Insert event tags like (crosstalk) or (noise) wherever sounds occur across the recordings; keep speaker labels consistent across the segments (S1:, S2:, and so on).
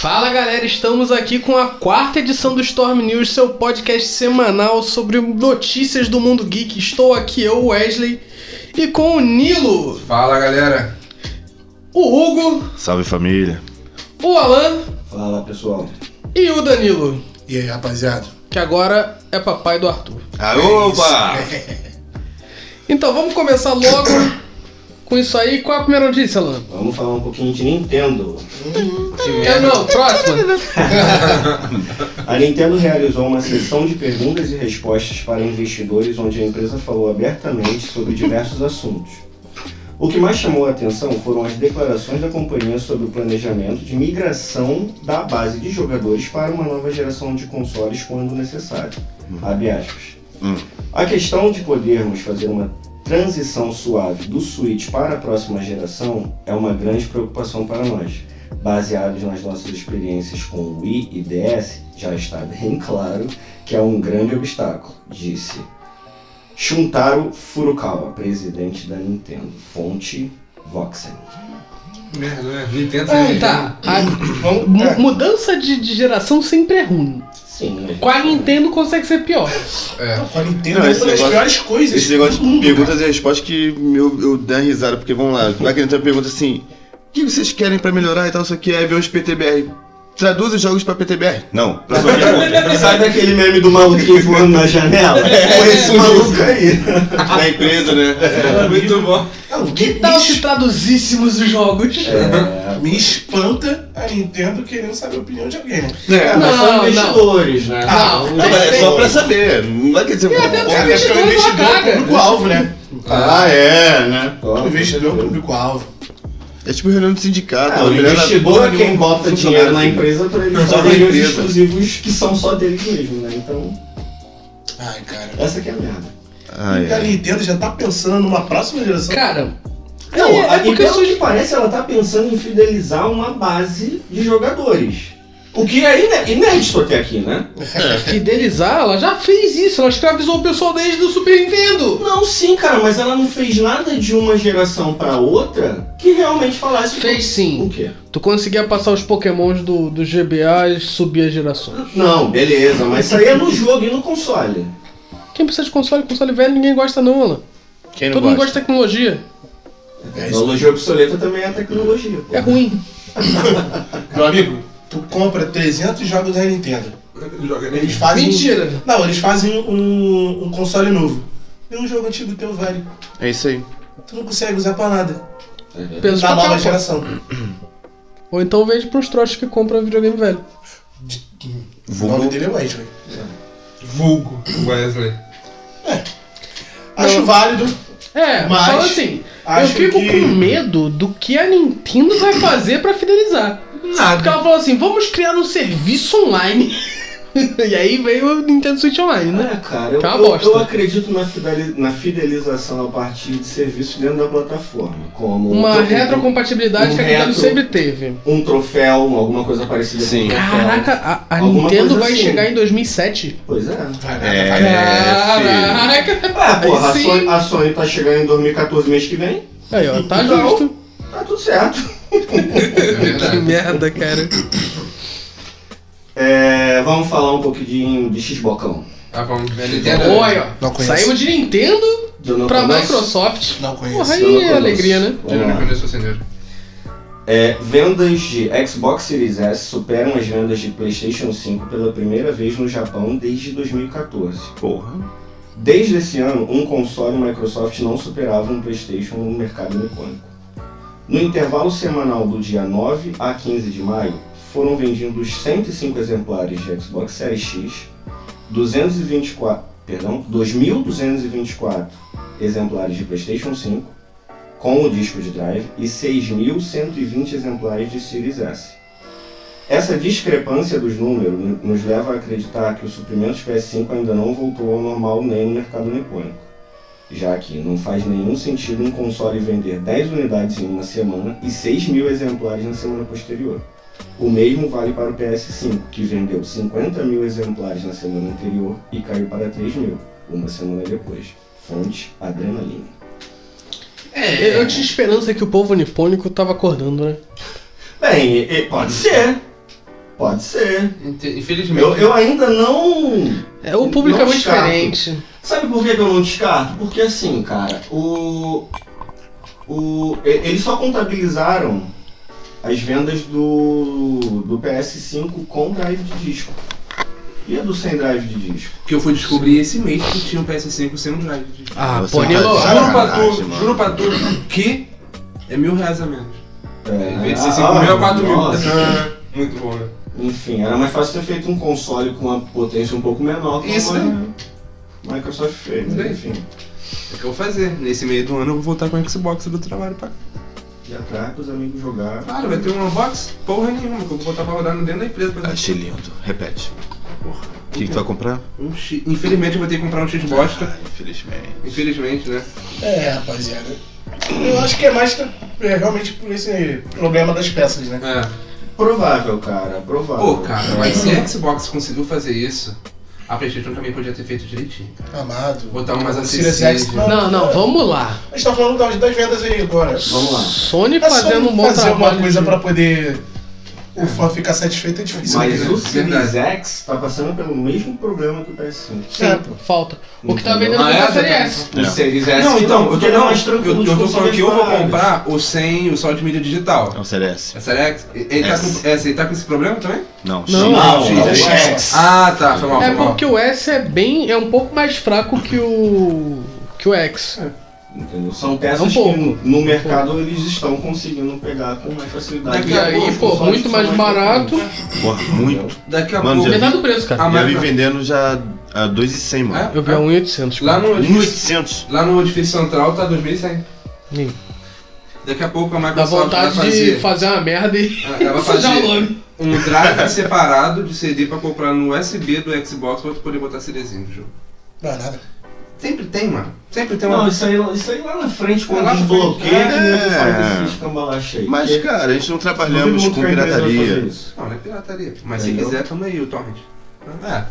S1: Fala galera, estamos aqui com a quarta edição do Storm News, seu podcast semanal sobre notícias do mundo geek. Estou aqui eu, Wesley, e com o Nilo,
S2: Fala galera!
S1: o Hugo,
S3: Salve família.
S1: o Alan
S4: Fala pessoal.
S1: e o Danilo,
S2: E aí rapaziada?
S1: que agora é papai do Arthur.
S3: Opa!
S1: Então vamos começar logo (coughs) com isso aí. Qual é a primeira notícia, Alan?
S4: Vamos falar um pouquinho de Nintendo.
S1: Eu não, próxima.
S4: A Nintendo realizou uma sessão de perguntas e respostas para investidores onde a empresa falou abertamente sobre diversos assuntos. O que mais chamou a atenção foram as declarações da companhia sobre o planejamento de migração da base de jogadores para uma nova geração de consoles quando necessário. Abre aspas.
S3: Hum.
S4: A questão de podermos fazer uma transição suave do Switch para a próxima geração é uma grande preocupação para nós. Baseados nas nossas experiências com o Wii e DS, já está bem (laughs) claro que é um grande obstáculo, disse Shuntaro Furukawa, presidente da Nintendo. Fonte Voxen.
S2: Merda, né? Nintendo
S1: Ah, tá. A
S4: Vamos-
S1: mu- mudança de, de geração sempre é ruim.
S4: Sim. né?
S1: Com a Nintendo consegue ser pior.
S2: É.
S5: Com a Nintendo
S3: Não,
S5: é
S3: esse
S5: uma das
S3: negócio-
S5: piores coisas.
S3: Esse negócio de perguntas e respostas que eu, eu dei uma risada, porque vamos lá, vai que entra pergunta assim: o que vocês querem pra melhorar e tal, isso aqui é ver os PTBR. Traduz os jogos pra PTBR? Não, próxima pergunta.
S4: Sabe aquele meme do maluquinho voando na janela? Foi esse maluco
S3: (laughs)
S4: aí. né?
S3: Na empresa, né?
S2: Muito bom.
S5: Não,
S1: Que
S5: me-
S1: tal
S5: me,
S1: se traduzíssemos os jogos?
S4: É,
S5: me espanta a Nintendo querendo saber a opinião de alguém. né?
S4: É, mas
S1: Não, não.
S4: são investidores, né?
S1: Não,
S4: Então,
S3: Não, mas é só pra saber. Não vai quer dizer.
S1: até
S5: Ou
S1: os
S3: Olha,
S5: até porque é o
S1: investidores
S5: investidor
S1: não
S5: é o
S1: cagam.
S5: público-alvo, né?
S4: Ah, é, né?
S5: O investidor é o público-alvo.
S3: É tipo reunião do sindicato.
S4: Ah, o
S3: olhando a
S4: investidor
S3: porra
S4: é quem
S3: nenhuma,
S4: bota
S3: funcionário
S4: dinheiro na
S3: nenhum.
S4: empresa pra eles
S3: Só pra
S4: fazerem os
S3: empresa.
S4: exclusivos que são só deles mesmo, né? Então,
S5: Ai, cara.
S4: essa que é a merda.
S3: Ah,
S5: E a
S3: é.
S5: Nintendo já tá pensando numa próxima geração.
S1: Cara,
S4: Não,
S1: é,
S4: a
S1: é porque
S4: Nintendo,
S1: isso
S4: pelo que parece, ela tá pensando em fidelizar uma base de jogadores. O que é iné- inédito até aqui, né?
S1: fidelizar, ela já fez isso, ela escravizou o pessoal desde o Super Nintendo.
S4: Não, sim, cara, mas ela não fez nada de uma geração pra outra que realmente falasse...
S1: Fez sim.
S4: O quê?
S1: Tu conseguia passar os pokémons do, do GBA e subir as gerações.
S4: Não, beleza, mas isso aí é no jogo e no console.
S1: Quem precisa de console, console velho, ninguém gosta não, Alan.
S3: Quem não
S1: Todo mundo gosta
S3: gosta?
S1: de tecnologia.
S5: É isso.
S4: Tecnologia obsoleta também é tecnologia. pô.
S1: É ruim.
S5: Meu amigo, tu compra 300 jogos da Nintendo.
S2: Joga nem
S5: Eles fazem... um-
S1: Mentira.
S5: Não, eles fazem um, um console novo. E um jogo antigo teu vale.
S3: É isso aí.
S5: Tu não consegue usar pra nada.
S4: Uhum.
S1: Peso
S5: Da
S1: pra
S5: nova
S1: cá, pô.
S5: geração.
S1: Ou então vende pros trouxas que compram videogame velho.
S5: O nome
S3: Vulgo.
S5: dele é Wesley.
S2: vulgo Wesley.
S5: É. Acho válido.
S1: É,
S5: Mas-
S1: fala assim,
S5: Acho
S1: eu fico
S5: que...
S1: com medo do que a Nintendo vai fazer pra fidelizar. Porque
S2: Nada.
S1: ela falou assim, vamos criar um serviço online. (laughs) e aí veio o Nintendo Switch Online, né?
S4: É, cara, eu,
S1: Que é uma
S4: eu-
S1: bosta.
S4: eu acredito na, fideli- na fidelização a partir de serviços dentro da plataforma, como
S1: Uma
S4: um,
S1: retrocompatibilidade
S4: um
S1: que a Nintendo
S4: retro.
S1: sempre teve.
S4: um troféu, alguma coisa parecida
S3: Sim.
S4: com um troféu.
S1: Caraca, a, a
S4: Alguma
S1: Nintendo
S4: coisa
S1: vai
S4: assim.
S1: chegar em 2007?
S4: Pois é.
S5: Vai nada,
S3: É,
S5: vai nada.
S1: É,
S3: filho.
S1: Caraca!
S4: Ah, porra, a
S1: sim.
S4: Sony, a Sony tá chegando em 2014 mês que vem,
S1: Aí, ó, tá
S4: Não. (laughs)
S1: justo.
S4: tá tudo certo.
S1: Que merda, cara.
S4: É, vamos falar um pouquinho de Xbocão.
S2: Tá bom.
S1: Oi,
S5: Não
S1: ó.
S5: conheço.
S1: Saímos de Nintendo
S4: Jonathan
S1: pra
S4: Knox.
S1: Microsoft.
S5: Não conheço.
S1: Porra, aí
S4: Jonathan
S1: é
S4: Knox.
S1: alegria, né?
S4: Vamos
S2: Eu
S4: lá.
S2: não conheço o senhor.
S4: É, vendas de Xbox Series S superam as vendas de PlayStation 5 pela primeira vez no Japão desde 2014.
S3: Porra.
S4: Desde esse ano, um console Microsoft não superava um PlayStation no mercado nipônico. No intervalo semanal do dia 9 a 15 de maio, foram vendidos 105 exemplares de Xbox Series X, 224, perdão, 2.224 exemplares de PlayStation 5 com o disco de drive e 6.120 exemplares de Series S. Essa discrepância dos números no- nos leva a acreditar que o suprimento de PS5 ainda não voltou ao normal nem no mercado nipônico, já que não faz nenhum sentido um console vender 10 unidades em uma semana e 6 mil exemplares na semana posterior. O mesmo vale para o PS5, que vendeu 50 mil exemplares na semana anterior e caiu para 3 mil, uma semana depois. Fonte Adrenalina. É.
S1: Eu, eu tinha esperança que o povo nipônico tava acordando, né?
S4: Bem, e- e- pode ser. Pode ser.
S2: Inte- Infelizmente.
S4: Eu, eu ainda não.
S1: É, o público é
S4: Não
S1: muito
S4: chato.
S1: diferente.
S4: Sabe por que que eu não descarto? Porque assim, cara, o. o e- eles só contabilizaram as vendas do, do PS5 com drive de disco. E a do sem drive de disco?
S6: Que eu fui descobrir esse mês que tinha um PS5 sem um drive.
S1: Ah,
S3: Você
S1: pô,
S3: tá
S1: Nilo,
S3: de
S6: Juro pra
S3: Sacanagem,
S6: tu,
S3: mano.
S6: juro pra tu que é mil reais a menos.
S4: É,
S2: Em vez de ser
S4: ah,
S2: 5 mil, é 4 mil.
S4: nossa.
S6: É
S2: Muito bom, né?
S4: Enfim, era mais fácil ter feito um console com uma potência um pouco menor. como
S6: Isso,
S4: a Microsoft fez, mas enfim.
S6: É o que eu vou fazer. Nesse meio do ano eu vou voltar com o Xbox do trabalho pra cá.
S4: Já traz pros amigos jogar.
S6: Claro, vai ter um unbox? Porra nenhuma, que eu vou botar pra rodar no dentro da empresa. Pra...
S3: Achei lindo. Repete.
S6: Porra.
S3: O que, que tu vai comprar?
S6: Um X... Infelizmente eu vou ter que comprar um X bosta.
S3: Ah, infelizmente.
S6: Infelizmente, né?
S5: É, rapaziada. Eu acho que é mais tra- é, realmente por esse problema das peças, né?
S6: É.
S4: Provável, cara, provável.
S6: Pô, cara, mas se a Xbox conseguiu fazer isso, a PlayStation também podia ter feito direitinho.
S5: Amado.
S6: Botar um mais
S5: O Series X,
S6: acessível.
S1: Não,
S5: mano.
S1: não, vamos lá.
S5: A gente tá falando das, das vendas aí agora.
S4: Vamos lá.
S1: Sony
S5: É só
S1: fazendo um bom
S5: fazer
S1: trabalho.
S5: alguma coisa
S1: de-
S5: pra poder o fã ficar satisfeito é difícil.
S6: Mas-
S5: né?
S4: Mas o
S6: Verdade.
S4: Series X tá passando pelo mesmo problema que o PS5.
S1: Sim,
S5: É.
S1: falta. O que tá
S4: Entendeu?
S1: vendendo
S6: Ah,
S1: muito é a
S6: é?
S1: série S.
S4: O
S3: É.
S4: Series S
S6: Não, então, eu
S4: porque
S6: tô,
S4: ele é
S6: não,
S4: mais
S6: eu,
S4: tranquilo
S6: eu
S4: de
S6: tô falando
S4: consumir
S6: que eu vou
S4: várias.
S6: comprar o sem o só de mídia digital.
S3: É o CDS.
S6: Essa é X? Ele tá,
S3: Essa.
S6: com, essa, ele tá com esse problema também?
S3: Não,
S1: Não,
S4: Não,
S6: X,
S4: não,
S6: X.
S4: o
S5: é.
S4: X.
S6: Ah, tá, foi mal, foi
S1: É
S6: mal.
S1: porque o S é bem. é um pouco mais fraco que o. que o X.
S5: É,
S4: Entendeu?
S1: É
S4: São
S1: um
S4: peças
S1: pouco.
S4: que no- no mercado eles estão conseguindo pegar com mais facilidade. é
S1: E aí, pô, muito mais
S5: um
S1: barato.
S3: Porra, muito.
S6: Daqui a
S3: Mano,
S6: pouco.
S3: já-
S1: Metade do preço, cara.
S6: Ah,
S3: Já
S6: mas-
S3: vi vendendo já a 2,100, mano.
S6: É?
S1: Eu vi a 1,800.
S6: Lá
S1: cara.
S6: no edifício,
S3: 1,800.
S6: lá no edifício central tá 2100.
S1: Ih,
S6: Daqui a pouco a
S1: Dá
S6: Microsoft
S1: vontade
S6: vai
S1: de
S6: fazer,
S1: fazer uma merda e
S6: ela vai
S1: (laughs) sujar o
S6: fazer
S1: nome.
S6: um drive (laughs) separado de CD pra comprar no USB do Xbox pra tu poder botar CDzinho no jogo.
S5: Não é nada.
S6: Sempre tem, mano. Sempre tem uma é
S4: Não, isso aí, isso aí lá na frente, quando
S6: Lá na
S4: desbloqueia,
S6: frente.
S4: que o nego faz
S3: É.
S4: esse escambalache aí.
S3: Mas,
S4: Porque
S3: cara, a gente não
S4: eu duvido
S3: trabalhamos
S4: muito
S3: com
S4: que a empresa vai fazer
S3: pirataria.
S4: isso.
S6: Não, não é pirataria. Mas se
S4: Entendeu?
S6: quiser, tamo aí, o Torrent. É.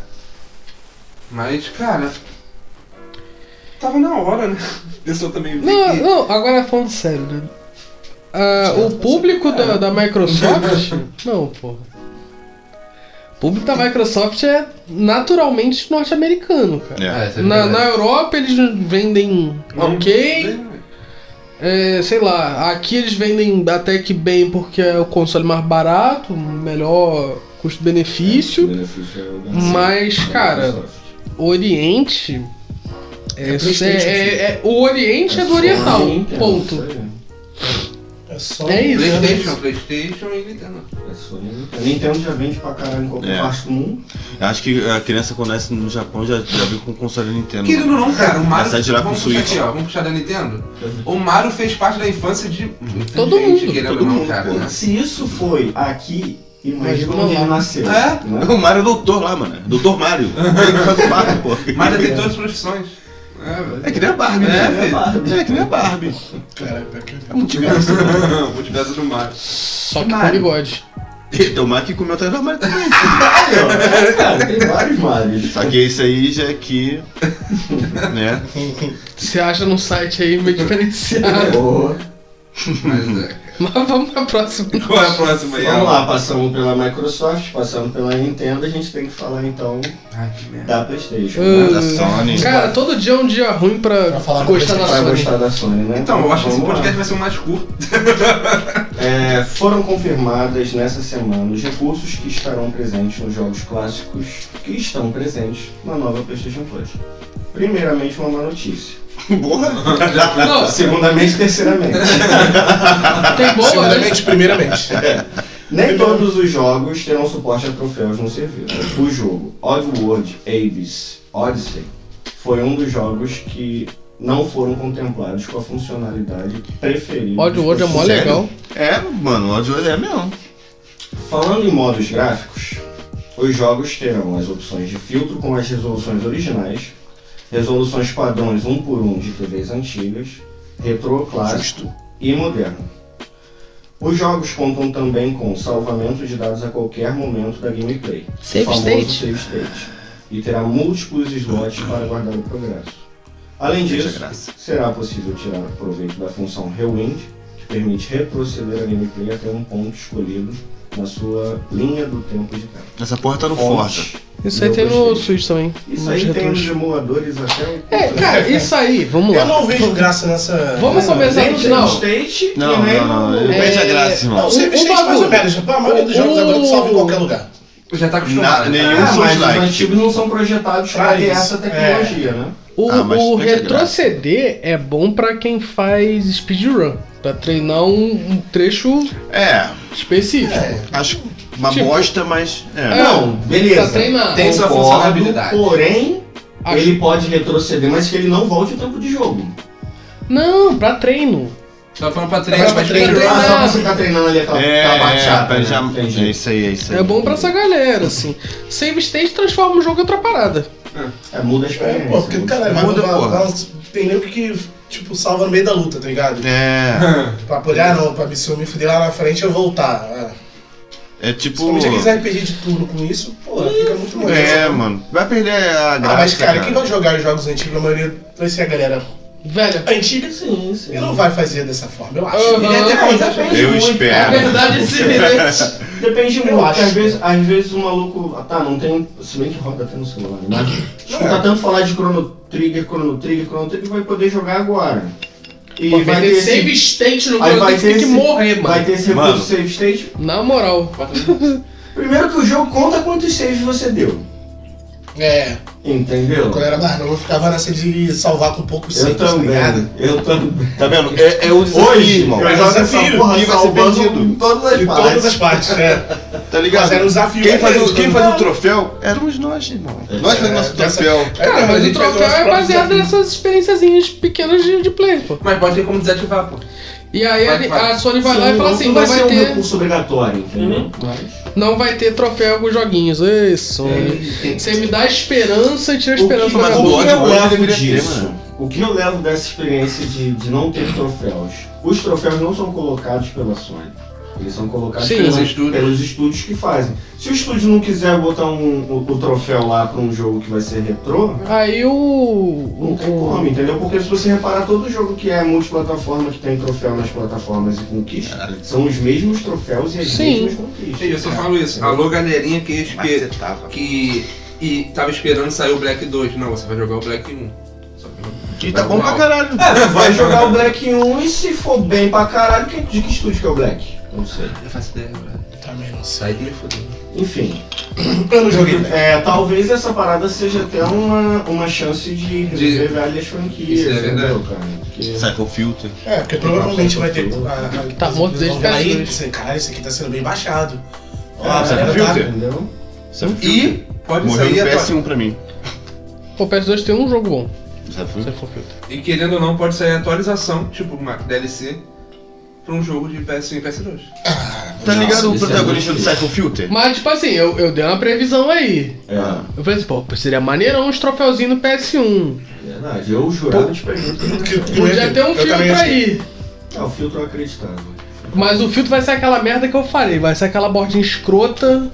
S6: Mas, cara. Tava na hora, né? (laughs) A pessoa também vê
S1: Não,
S6: que-
S1: não, agora falando sério, né? Ah, o público da, da Microsoft. Não, porra. O público da Microsoft é naturalmente norte-americano, cara.
S3: É.
S6: isso é
S1: Na, na
S6: verdade.
S1: Europa eles vendem
S6: Não,
S1: ok, é, sei lá, aqui eles vendem até que bem porque é o console mais barato, melhor
S4: O
S1: custo-benefício.
S4: benefício é o da-
S1: Mas,
S4: da
S1: cara,
S4: Microsoft.
S1: O Oriente. É,
S5: PlayStation,
S1: é- é- é- o Oriente é, do
S4: só
S1: Oriental,
S4: a Nintendo,
S1: ponto.
S4: isso aí.
S5: É só.
S1: É isso.
S6: Playstation, Playstation e Nintendo.
S4: É só a Nintendo. A Nintendo já vende pra caralho em qualquer
S3: É.
S4: parte do mundo.
S3: Acho que a criança quando nasce no Japão já, já viu com o console Nintendo.
S6: Querido ou não, cara, o Mario.
S3: Essa de lá com
S6: vamos
S3: Switch.
S6: puxar aqui, ó. Vamos puxar da Nintendo. O Mario fez parte da infância de.
S1: Todo
S6: infelizmente,
S1: mundo,
S6: querendo
S3: todo
S6: ou não,
S3: mundo,
S6: cara.
S3: pô.
S6: né?
S4: Se isso foi aqui, imagina
S1: Imagina
S4: onde
S1: lá.
S4: ele nasceu.
S6: É?
S4: né?
S3: O Mario é doutor lá, mano. Doutor Mario. Ele que faz o Mario, pô.
S6: Mas ele tem todas as profissões. É, velho.
S3: É que nem a Barbie,
S6: É,
S3: né?
S6: filho.
S3: Barbie. É que nem a Barbie.
S5: Cara, é que-
S3: É um multiverso.
S6: Multiverso do Mario.
S1: Só que com
S6: Mario.
S1: bigode.
S3: Então o Mario que comeu atrás da Mario também.
S4: É, cara, tem vários males.
S3: Só que esse aí já é que. né?
S1: Você acha num site aí meio
S3: (laughs)
S1: diferenciado.
S4: Boa.
S6: Mas é.
S1: Mas vamos pra próxima.
S6: Qual é a próxima aí?
S4: Vamos lá, passamos pela Microsoft, passamos pela Nintendo, a gente tem que falar então
S6: Ai, que merda.
S4: da Playstation.
S1: Ah,
S4: né?
S3: Da Sony.
S1: Cara, todo dia é um dia ruim pra,
S5: Pra falar com
S1: gostar da
S4: Vai
S1: Sony.
S4: gostar da Sony, né?
S6: Então, eu acho que esse
S4: Vamos lá.
S6: podcast vai ser o mais curto.
S4: É, foram confirmadas nessa semana os recursos que estarão presentes nos jogos clássicos que estão presentes na nova PlayStation Plus. Primeiramente, uma má notícia.
S3: Porra.
S1: Não,
S4: Segundamente, terceiramente.
S1: tem boa, né?
S5: Segundamente, primeiramente.
S4: Nem todos os jogos terão suporte a troféus no serviço. O jogo Oddworld Abyss Odyssey foi um dos jogos que não foram contemplados com a funcionalidade preferida.
S1: Oddworld é mó
S4: Sério?
S1: legal.
S3: É, mano, o ódio é mesmo.
S4: Falando em modos gráficos, os jogos terão as opções de filtro com as resoluções originais, resoluções padrões 1 por 1 de TVs antigas, retrô clássico e moderno. Os jogos contam também com salvamento de dados a qualquer momento da gameplay,
S1: Save
S4: o famoso
S1: state.
S4: save state, e terá múltiplos slots para guardar o progresso. Além
S3: Veja
S4: disso,
S3: graça.
S4: será possível tirar proveito da função Rewind, que permite retroceder a gameplay até um ponto escolhido na sua linha do tempo de tempo.
S3: Essa porra tá no Forza.
S4: Fonte.
S1: Isso aí
S4: Eu
S1: tem no
S4: gostei.
S1: Switch também.
S4: Isso
S1: nos
S4: aí tem
S1: retrôs.
S4: uns emuladores até o.
S1: É, cara, isso aí, vamos lá.
S5: Eu não vejo graça nessa.
S1: Vamos começar
S4: Nem
S1: no
S4: no
S1: final. É.
S4: State
S3: Não,
S4: e nem
S3: não, não.
S4: no-
S3: Ele perde a graça,
S5: Não,
S3: irmão.
S5: você
S1: Um- um
S5: um, mais
S1: bagulho.
S5: ou menos. A maioria dos
S1: Um-
S5: jogos agora tu salva em qualquer lugar.
S6: Já tá acostumado.
S3: Na, nenhum
S4: Ah, mas
S3: Souls
S4: os
S3: like.
S4: antigos não são projetados
S5: Pra
S4: pra ter
S5: isso.
S4: essa tecnologia, né?
S1: O,
S3: Ah, mas
S1: o
S3: tem que
S1: retroceder é bom pra quem faz speedrun. Pra treinar um, um trecho
S3: É,
S1: específico.
S5: É.
S3: acho uma
S1: Tipo-
S3: bosta, mas.
S1: Ah,
S3: É.
S4: Não,
S1: tá
S4: beleza.
S1: Pra treinar.
S6: Tem sua
S4: Concordo,
S6: funcionalidade.
S4: Porém,
S1: Acho-
S4: ele pode retroceder, mas que ele não volte o tempo de jogo.
S1: Não, pra treino.
S6: Só falando pra treinar,
S5: Mas
S6: mas
S5: pra treinar-
S6: treinar.
S4: Ah, só pra ficar treinando ali aquela,
S3: É,
S4: aquela bachata.
S3: é,
S4: né?
S3: já,
S4: Entendi.
S3: é isso aí, é isso aí.
S1: É bom pra essa galera, assim. Save state transforma o jogo em outra parada.
S4: É, muda a experiência.
S5: É, pô, porque do caralho,
S3: Muda,
S5: muda,
S3: porra.
S5: tem nego que, tipo, salva no meio da luta, tá ligado?
S3: É,
S5: Pra apoiar, não, pra me se eu me fuder lá na frente eu voltar. Ah,
S3: é tipo.
S5: Principalmente aqueles RPG de turno com isso, pô, fica muito maneiro.
S3: É,
S5: sabe?
S3: mano. Vai perder a graça.
S5: Ah, mas cara,
S3: cara.
S5: quem vai jogar os jogos antigos, a maioria vai ser a galera
S1: Velho,
S5: antiga
S4: Sim, assim, sim.
S5: e não vai fazer dessa forma, eu acho.
S1: Aham.
S5: Ele é até
S4: Não,
S5: pode-
S4: depende
S3: Eu
S4: muito.
S1: a
S3: espero.
S1: verdade é semelhante.
S4: (laughs) Depende
S5: Eu
S4: muito. porque
S5: acho.
S4: Às vezes, às vezes o maluco. Ah, tá, não tem. Se bem que roda até no celular, né? mas. Escuta tanto falar de Chrono Trigger, Chrono Trigger, Chrono Trigger, vai poder jogar agora. E
S1: Pô,
S4: vai ter esse.
S1: save state no
S4: Aí
S1: jogo,
S4: vai
S1: tem
S4: ter
S1: que tem que
S4: esse-
S1: morrer, mano.
S4: Vai ter esse recurso
S3: Mano.
S4: save state.
S1: Na moral.
S4: Primeiro que o jogo conta quantos saves você deu.
S5: É,
S4: Entendeu?
S5: quando eu era mais novo, eu ficava nessa de salvar com poucos
S4: Eu
S5: centos, é tá ligado?
S4: também. Eu também.
S3: Tá vendo? É, é o desafio,
S4: Hoje,
S3: irmão.
S4: eu
S5: É
S4: jogo essa
S5: desafio,
S4: porra
S3: e vai ser perdido.
S4: salvando em todas as
S5: De todas as
S4: partes.
S5: partes, né?
S3: Tá ligado?
S5: Mas era um desafio.
S3: Quem
S5: né?
S3: fazia o, quem fazia o troféu éramos nós, irmão. Nós fazíamos nosso
S5: dessa-
S3: troféu.
S5: É,
S1: Cara, mas
S5: a
S1: o
S5: gente faz
S1: troféu
S5: nosso
S1: é
S5: próprio
S1: baseado
S5: desafio.
S1: nessas experiênciazinhas pequenas de, de play, pô.
S6: Mas pode ter como desativar, pô.
S1: E aí
S6: Vai,
S1: ele-
S6: vai.
S1: a Sony vai lá e fala assim, não
S4: não vai,
S1: vai
S4: ser um
S1: ter,
S4: recurso obrigatório, entendeu? Mas
S1: não vai ter troféu com os joguinhos. Ei, Sony.
S4: tem
S1: Você me dá esperança e tira a
S4: O que,
S1: esperança da
S3: mas
S1: minha
S3: o
S1: boca.
S4: o que
S3: ódio
S4: eu
S3: hoje
S4: levo
S3: deveria ter,
S4: disso?
S3: mano.
S4: O que eu levo dessa experiência de, de não ter troféus? Os troféus não são colocados pela Sony. Eles são colocados
S1: Sim.
S4: pelos,
S6: Pelos estúdios.
S4: pelos estúdios que fazem. Se o estúdio não quiser botar um, o, o troféu lá pra um jogo que vai ser retrô,
S1: Aí o.
S4: não
S1: o-
S4: tem como, entendeu? Porque se você reparar, todo jogo que é multiplataforma, que tem troféu nas plataformas e conquista, são os mesmos troféus e as
S1: Sim.
S4: mesmas conquistas.
S6: Eu só falo isso. Alô, galerinha que, espe...
S3: Macetava.
S6: que e tava esperando sair o Black 2. Não, você vai jogar o Black 1. Só que não.
S3: E tá bom pra caralho.
S4: É, você vai jogar o Black 1 e se for bem pra caralho, que- de que estúdio que é o Black? Não sei.
S6: Eu faço ideia, velho.
S5: Também não sei.
S6: Sai que me fudeu.
S4: Enfim. (clears throat)
S5: Eu não joguei. né?
S4: É, talvez essa parada seja até uma, uma chance de
S6: De-
S4: rever várias franquias.
S6: Isso é verdade.
S4: entendeu, cara? Porque-
S3: Cycle Filter.
S5: É, porque provavelmente vai ter. a- a-
S1: Tá morto desde
S5: vão ver aí,
S1: PS2.
S5: você, Caralho, isso aqui tá sendo bem baixado. Ó,
S3: Ah,
S5: a
S3: você
S5: galera
S3: viu,
S5: tá-
S3: Zé?
S4: Entendeu?
S3: Cycle Filter.
S6: E pode
S3: Morreu no
S6: sair a atualização.
S3: PS1 pra mim.
S1: Pô, o PS2 tem um jogo bom.
S3: Cycle
S1: Se
S3: Filter.
S1: for filtro.
S6: E querendo ou não, pode sair a atualização, tipo uma DLC, pra um jogo de PS1 e PS2.
S3: Tá ligado
S4: isso
S3: o
S4: é
S3: protagonista do
S4: muito
S3: Cycle Filter?
S1: Mas, tipo assim, eu, eu dei uma previsão aí.
S4: É,
S1: Eu falei assim, pô, seria maneirão uns troféuzinhos no PS1.
S4: é verdade. Eu jurava de pegar. (clears throat)
S5: Que- que-
S1: Podia ter um
S5: Eu
S1: filtro
S5: também
S1: aí.
S4: É o filtro acreditado.
S1: Mas o filtro vai ser aquela merda que eu falei. Vai ser aquela bordinha escrota.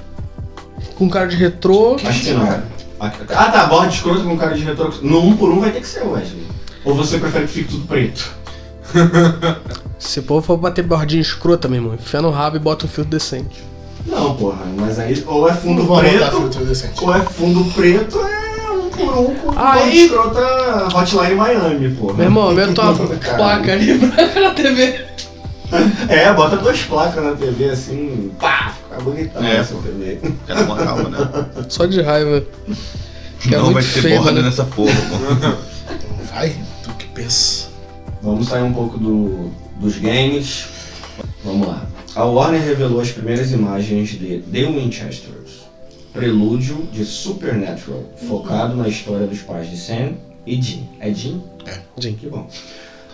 S1: Com cara de retrô.
S4: Acho que não. Ah tá, borda escroto com cara de retrô. No um por um vai ter que ser o Wesley. Ou você prefere que fique tudo preto?
S1: Se o povo for bater bordinha escrota, meu irmão, enfia no rabo e bota um filtro decente.
S4: Não, porra, mas aí ou é fundo
S5: Vou botar
S4: preto,
S5: filtro decente.
S4: ou é fundo preto, é um por um com
S1: Aí-
S4: borda escrota Hotline Miami, né? porra.
S1: Meu irmão, aumenta
S4: (laughs)
S1: uma
S3: (laughs)
S4: Caralho.
S1: placa ali pra (laughs) TV.
S4: É, bota duas placas na TV assim, pá, fica bonitão
S3: É.
S4: essa (laughs) TV.
S3: Cara, uma calma, né?
S1: Só de raiva. Que é
S3: Não
S1: muito
S3: vai ter
S1: feio,
S3: borda
S1: né?
S3: nessa porra, mano.
S5: Vai, tu que pensa.
S4: Vamos sair um pouco do, dos games. Vamos lá. A Warner revelou as primeiras imagens de The Winchesters, prelúdio de Supernatural, focado na história dos pais de Sam e Jim. É Jim? É,
S1: Jim.
S4: Que bom.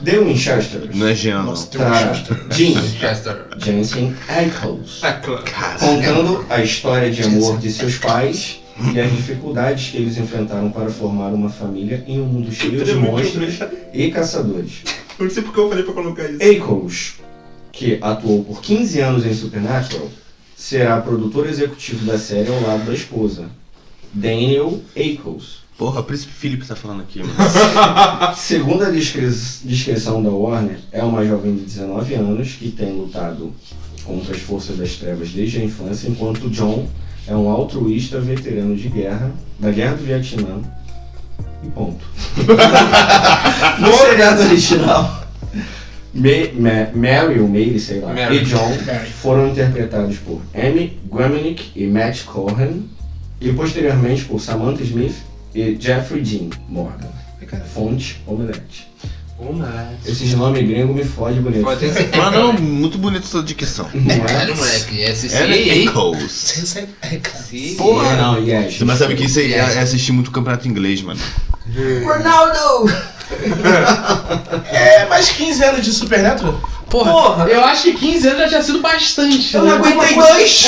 S4: The Winchesters.
S3: Não é Jean, não.
S5: Nossa, tem um
S4: Trará
S5: chato.
S4: Jim,
S3: (laughs)
S6: Chester.
S4: Jensen Ackles,
S6: É claro.
S4: contando a história de amor de seus pais e as dificuldades que eles enfrentaram para formar uma família em um mundo cheio de monstros e caçadores.
S6: Eu não sei porque eu falei pra colocar isso.
S4: Ackles, que atuou por 15 anos em Supernatural, será produtor executivo da série ao lado da esposa, Daniel Ackles.
S3: Porra, o Príncipe Felipe tá falando aqui, mano.
S4: Segundo a descri- descrição da Warner, é uma jovem de 19 anos que tem lutado contra as forças das trevas desde a infância, enquanto John é um altruísta veterano de guerra, da guerra do Vietnã. E ponto. no seriado original, May, Ma- Mary ou Mary, sei lá,
S6: Mary.
S4: e John
S5: Mary.
S4: foram interpretados por Amy Gremnick e Matt Cohen, e posteriormente por Samantha Smith e Jeffrey Dean Morgan. Fonte Omelete. Esses nomes gringos me fodem bonito.
S6: Pode ter
S3: Mas não, é muito bonito sua dicção.
S4: Não é?
S6: Caralho, moleque. É CCA,
S3: Ellen
S6: hein?
S3: Eccles.
S6: CCA.
S4: Porra, não, yes.
S3: Você mais sabe que isso aí é é assistir muito campeonato inglês, mano.
S5: É, mais 15 anos de Supernatural?
S1: Porra,
S6: Porra.
S1: eu acho que 15 anos já tinha sido bastante.
S6: Eu
S1: né?
S6: não aguentei dois!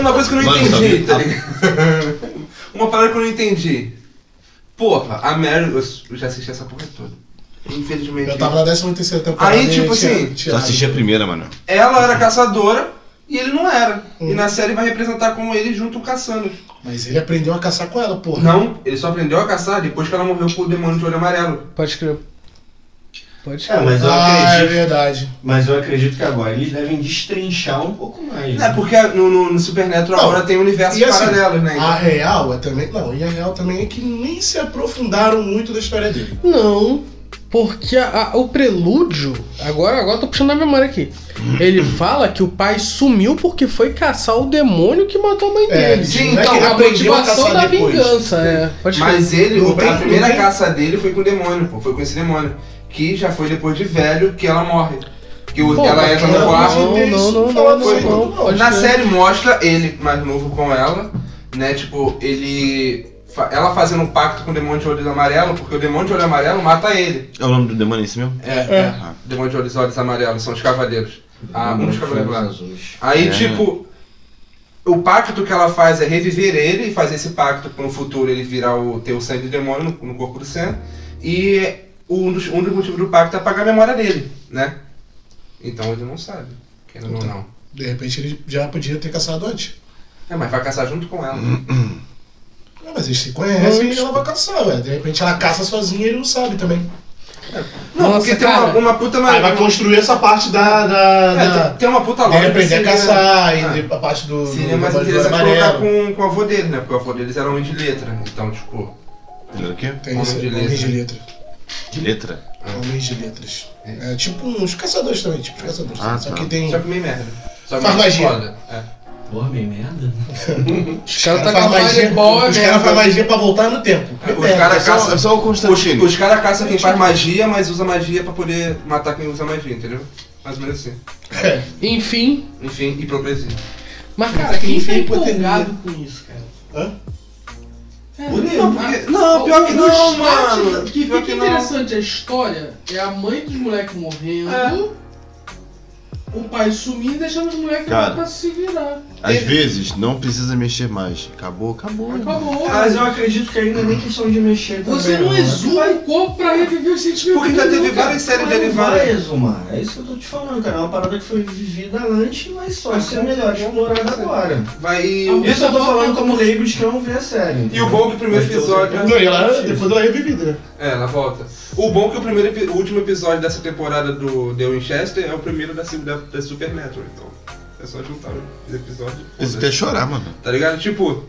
S6: Uma coisa que eu não
S3: Mano,
S6: entendi,
S3: tá
S6: tá ligado? Uma parada que eu não entendi. Porra, a Mary. Eu já assisti essa porra toda. Infelizmente.
S5: Eu tava na 13 terceira temporada.
S6: Aí, tipo
S5: e tinha-
S6: assim,
S5: tinha-
S3: Só assisti a primeira, mano.
S6: Ela era caçadora e ele não era. E
S5: Hum.
S6: na série vai representar como ele junto caçando.
S5: Mas ele aprendeu a caçar com ela, porra.
S6: Não, ele só aprendeu a caçar depois que ela morreu pro demônio de olho amarelo.
S1: Pode crer. Pode
S4: É,
S1: crer.
S4: mas eu
S5: Ah, é
S4: acredito.
S5: verdade.
S4: Mas eu acredito que agora eles devem destrinchar um pouco mais.
S6: É porque no, no, no Supernatural
S5: Uhum. Não.
S6: agora tem universos
S5: E assim,
S6: paralelos, né?
S5: A real é também. Não, e a real também é que nem se aprofundaram muito da história dele.
S1: Não, porque a- a- o prelúdio. Agora, agora eu tô puxando a memória aqui. Ele fala que o pai sumiu porque foi caçar o demônio que matou a mãe dele.
S6: sim,
S5: não é
S6: então,
S5: que ele
S1: a
S5: aprendeu a
S1: motivação
S5: caçar
S1: da
S5: depois.
S1: vingança, é. Pode crer.
S6: Mas ele,
S5: Não
S6: o-
S5: tem-
S6: a
S5: não
S6: primeira
S5: tem-
S6: caça dele foi com o demônio, pô, foi com esse demônio. Que já foi depois de velho que ela morre. Que o-
S1: Pô,
S6: ela
S1: mas
S6: entra
S5: que
S6: no
S5: ela
S6: quarto.
S1: Não, não, não, não,
S5: Fala
S1: não,
S5: disso
S1: não,
S5: aí,
S1: pode
S6: Na
S1: crer.
S6: série mostra ele mais novo com ela, né? Tipo, ele. fa- Ela fazendo um pacto com o demônio de olhos amarelo, porque o demônio de olho amarelo mata ele.
S3: É o nome do demônio esse mesmo? (clears throat)
S6: É, é. O demônio de olhos, olhos amarelos, são os cavaleiros. Ah,
S4: é
S6: um dos cavaleiros lá.
S4: Jesus.
S6: Aí,
S3: É.
S6: tipo, o pacto que ela faz é reviver ele e fazer esse pacto para no futuro ele virar o ter o sangue do demônio no, no corpo do Sam. E um dos, um dos motivos do pacto é apagar a memória dele, né? Então ele não sabe, querendo ou não.
S5: De repente ele já podia ter caçado antes.
S6: É, mas vai caçar junto com ela.
S5: Uhum. Não, mas eles se conhecem
S1: Antes.
S5: e ela vai caçar, ué. De repente ela caça sozinha e ele não sabe também.
S6: Não,
S1: Nossa,
S6: porque tem uma,
S1: cara.
S6: uma puta
S5: Aí vai
S6: maneira.
S5: construir essa parte da. da, da-
S6: É, tem, tem uma puta
S5: dele
S6: lógica.
S5: aprender a
S6: seria-
S5: caçar, e
S6: Ah.
S5: de- a parte do.
S6: Seria
S5: do-
S6: mais
S5: do
S6: interessante colocar
S5: amarelo.
S6: com, com o avô dele, né? Porque o avô deles era homem de letra. Então, tipo,
S3: Entendeu o quê?
S5: Tem
S6: Homem
S5: isso,
S6: de
S5: homens de letra.
S3: Que letra?
S5: Homens de letras. É tipo uns caçadores também, tipo os caçadores.
S3: Ah,
S5: só
S3: tá.
S5: que tem.
S6: só que meio merda. Só que
S5: Faz
S6: meio
S5: magia.
S6: foda. É.
S4: Porra, meio merda.
S1: Os caras tá
S5: faz
S1: com
S5: magia,
S1: fireball,
S5: os
S1: né?
S5: caras fazem magia pra voltar no tempo.
S6: É, os
S5: É,
S6: caras-
S3: É só, é só o
S6: Os,
S3: Constantino.
S6: os caras caçam quem faz magia, mas usa magia pra poder matar quem usa magia, entendeu? Mais ou menos assim.
S5: É.
S1: Enfim.
S6: Enfim, hipocrisia.
S1: Mas,
S5: Mas
S6: é
S1: cara,
S5: aquele
S1: quem tá
S5: filho poderia-
S1: empolgado com isso, cara?
S5: Hã?
S1: É,
S5: Bonito,
S1: não,
S6: porque-
S1: mas-
S6: não, pior que
S1: o-
S6: não,
S1: o
S6: mano.
S1: start Que
S6: Pior
S1: fica
S6: que não.
S1: interessante a história é a mãe dos moleques morrendo,
S6: É.
S1: o pai sumindo e deixando os moleques
S3: Cara.
S1: lá pra se virar.
S3: Às vezes, não precisa mexer mais. Acabou, acabou.
S1: Acabou.
S6: Ah,
S4: Mas eu acredito que ainda nem questão de mexer também.
S1: Você não
S4: né?
S1: exuma o corpo pra reviver os sentimentos.
S6: Porque já teve
S1: nenhum, cara.
S6: várias séries
S4: Mas não
S6: derivadas.
S4: vai exumar, é isso que eu tô te falando, cara. É uma parada que foi vivida antes, mas só de ser melhor explorada agora.
S6: Vai.
S4: Isso eu tô falando como leigos que não vê a série.
S6: E o bom que o primeiro episódio.
S5: Não, e ela, depois ela é revivida, né?
S6: É, ela volta. O bom é que o primeiro epi- o último episódio dessa temporada do The Winchester é o primeiro da, da, da Supernatural, então. É só juntar os episódios.
S3: Você até
S6: foda-se.
S3: chorar, mano.
S6: Tá ligado? Tipo,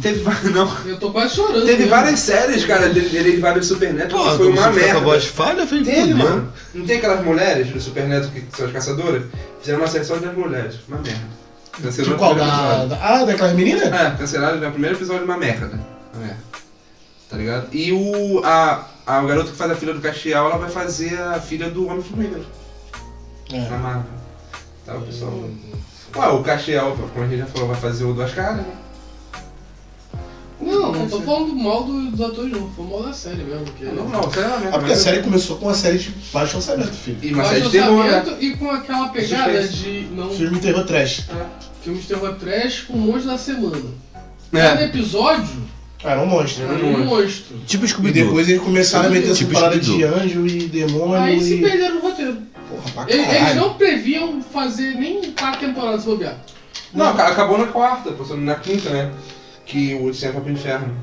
S6: teve várias. (laughs) Não.
S1: Eu tô quase chorando. né?
S6: Teve
S1: mesmo.
S6: várias séries, cara, de- derivadas do Supernatural. que
S3: Porra,
S6: foi
S3: como você
S6: uma
S3: fica com a
S6: merda.
S3: voz falha, eu falei,
S6: Teve,
S3: fudeu.
S6: mano. Não tem aquelas mulheres do Supernatural que são as caçadoras? Fizeram uma série só das mulheres. Uma merda. Cancelaram
S5: De
S6: o
S5: Tipo, qual?
S6: primeiro
S5: Da,
S6: episódio.
S5: da, ah, daquela menina?
S6: É, cancelaram no primeiro episódio uma merda. Uma merda. Tá ligado? E o. A, a, o garoto que faz a filha do Castiel, ela vai fazer a filha do Homem Formiga. Na
S5: É.
S6: Marvel. Tá, o pessoal. Ué, o Castiel, como a gente já falou, vai fazer o Duas Caras, né?
S1: Não, não tô falando mal do- dos atores, não. Foi mal da série mesmo. Que...
S6: É normal, sério, é uma merda.
S5: Ah, porque a
S6: mas-
S5: série começou com uma série de baixo orçamento, filho.
S6: E uma série
S1: Mas
S6: de
S1: o
S6: terror, né?
S1: orçamento e com aquela pegada
S6: Suspense.
S1: de. Não,
S5: Filme terror trash.
S1: filmes de terror trash com um monstro na semana. Cada
S6: É.
S1: episódio
S5: Ah, Era um monstro.
S1: era
S5: né?
S1: um monstro.
S3: Tipo
S5: E
S3: Scooby-Doo.
S5: depois eles começaram a meter essa
S3: Tipo
S5: parada de
S3: Scooby-Doo.
S5: anjo e demônio
S1: Aí se
S5: e.
S1: perderam no roteiro.
S5: Porra, pra
S1: Eles, eles
S5: caralho.
S1: não previam fazer nem quatro temporadas se bobear.
S6: Não, aca- acabou na quarta, passou na quinta, né? Que o Sam foi pro inferno.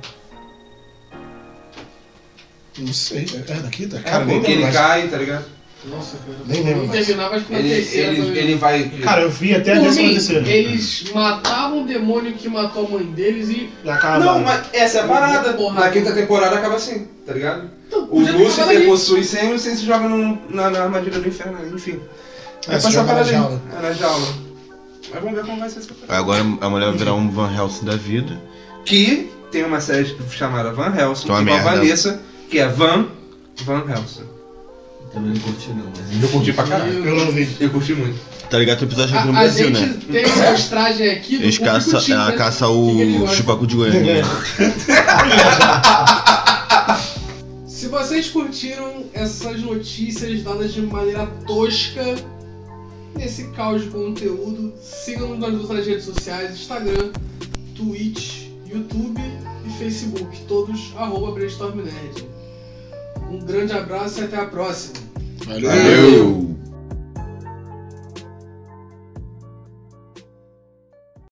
S5: Não sei, é daqui, tá?
S6: É, porque ele
S5: mais.
S6: cai, tá ligado?
S5: Nossa, cara. Nem lembro mais.
S1: Terminava com a
S6: Ele,
S1: terceira.
S6: ele,
S1: também.
S6: ele vai.
S5: Cara, eu vi até a
S1: Por
S5: décima
S1: mim,
S5: terceira.
S1: eles matavam o demônio que matou a mãe deles e.
S5: Na cara
S6: Não,
S5: da-
S6: mas essa é a parada.
S1: Porra.
S6: Na quinta temporada acaba assim, tá ligado?
S1: Então,
S6: O
S1: podia ter acabado
S6: Lúcifer
S1: ali.
S6: possui 100 e o 100 se joga no- na, na armadilha do inferno, enfim.
S5: É, se joga na
S6: parada aí.
S5: jaula.
S6: É, na jaula. Mas vamos ver como vai ser essa parada.
S3: Agora a mulher vai virar um Van Helsing da vida.
S6: Que tem uma série chamada Van Helsing,
S3: Que é uma
S6: com a
S3: merda.
S6: Vanessa, que é Van Van Helsing.
S4: Também não curti não, mas...
S6: Eu curti pra caralho.
S5: Eu não vi.
S6: Eu curti muito.
S3: Tá ligado? Tu episódio aqui no
S1: A, a
S3: Brasil,
S1: gente
S3: né?
S1: tem uma mostragem aqui do
S3: Eles
S1: público
S3: caçam
S1: teen,
S3: ela
S1: né?
S3: caça é,
S1: Que É. ele
S3: o
S1: gosta.
S3: Chupacu de Goiânia.
S1: Se vocês curtiram essas notícias dadas de maneira tosca nesse caos de conteúdo, sigam-nos nas outras redes sociais, Instagram, Twitch, YouTube e Facebook, todos arroba brainstorm Nerd. Um grande abraço e até a próxima.
S3: Valeu!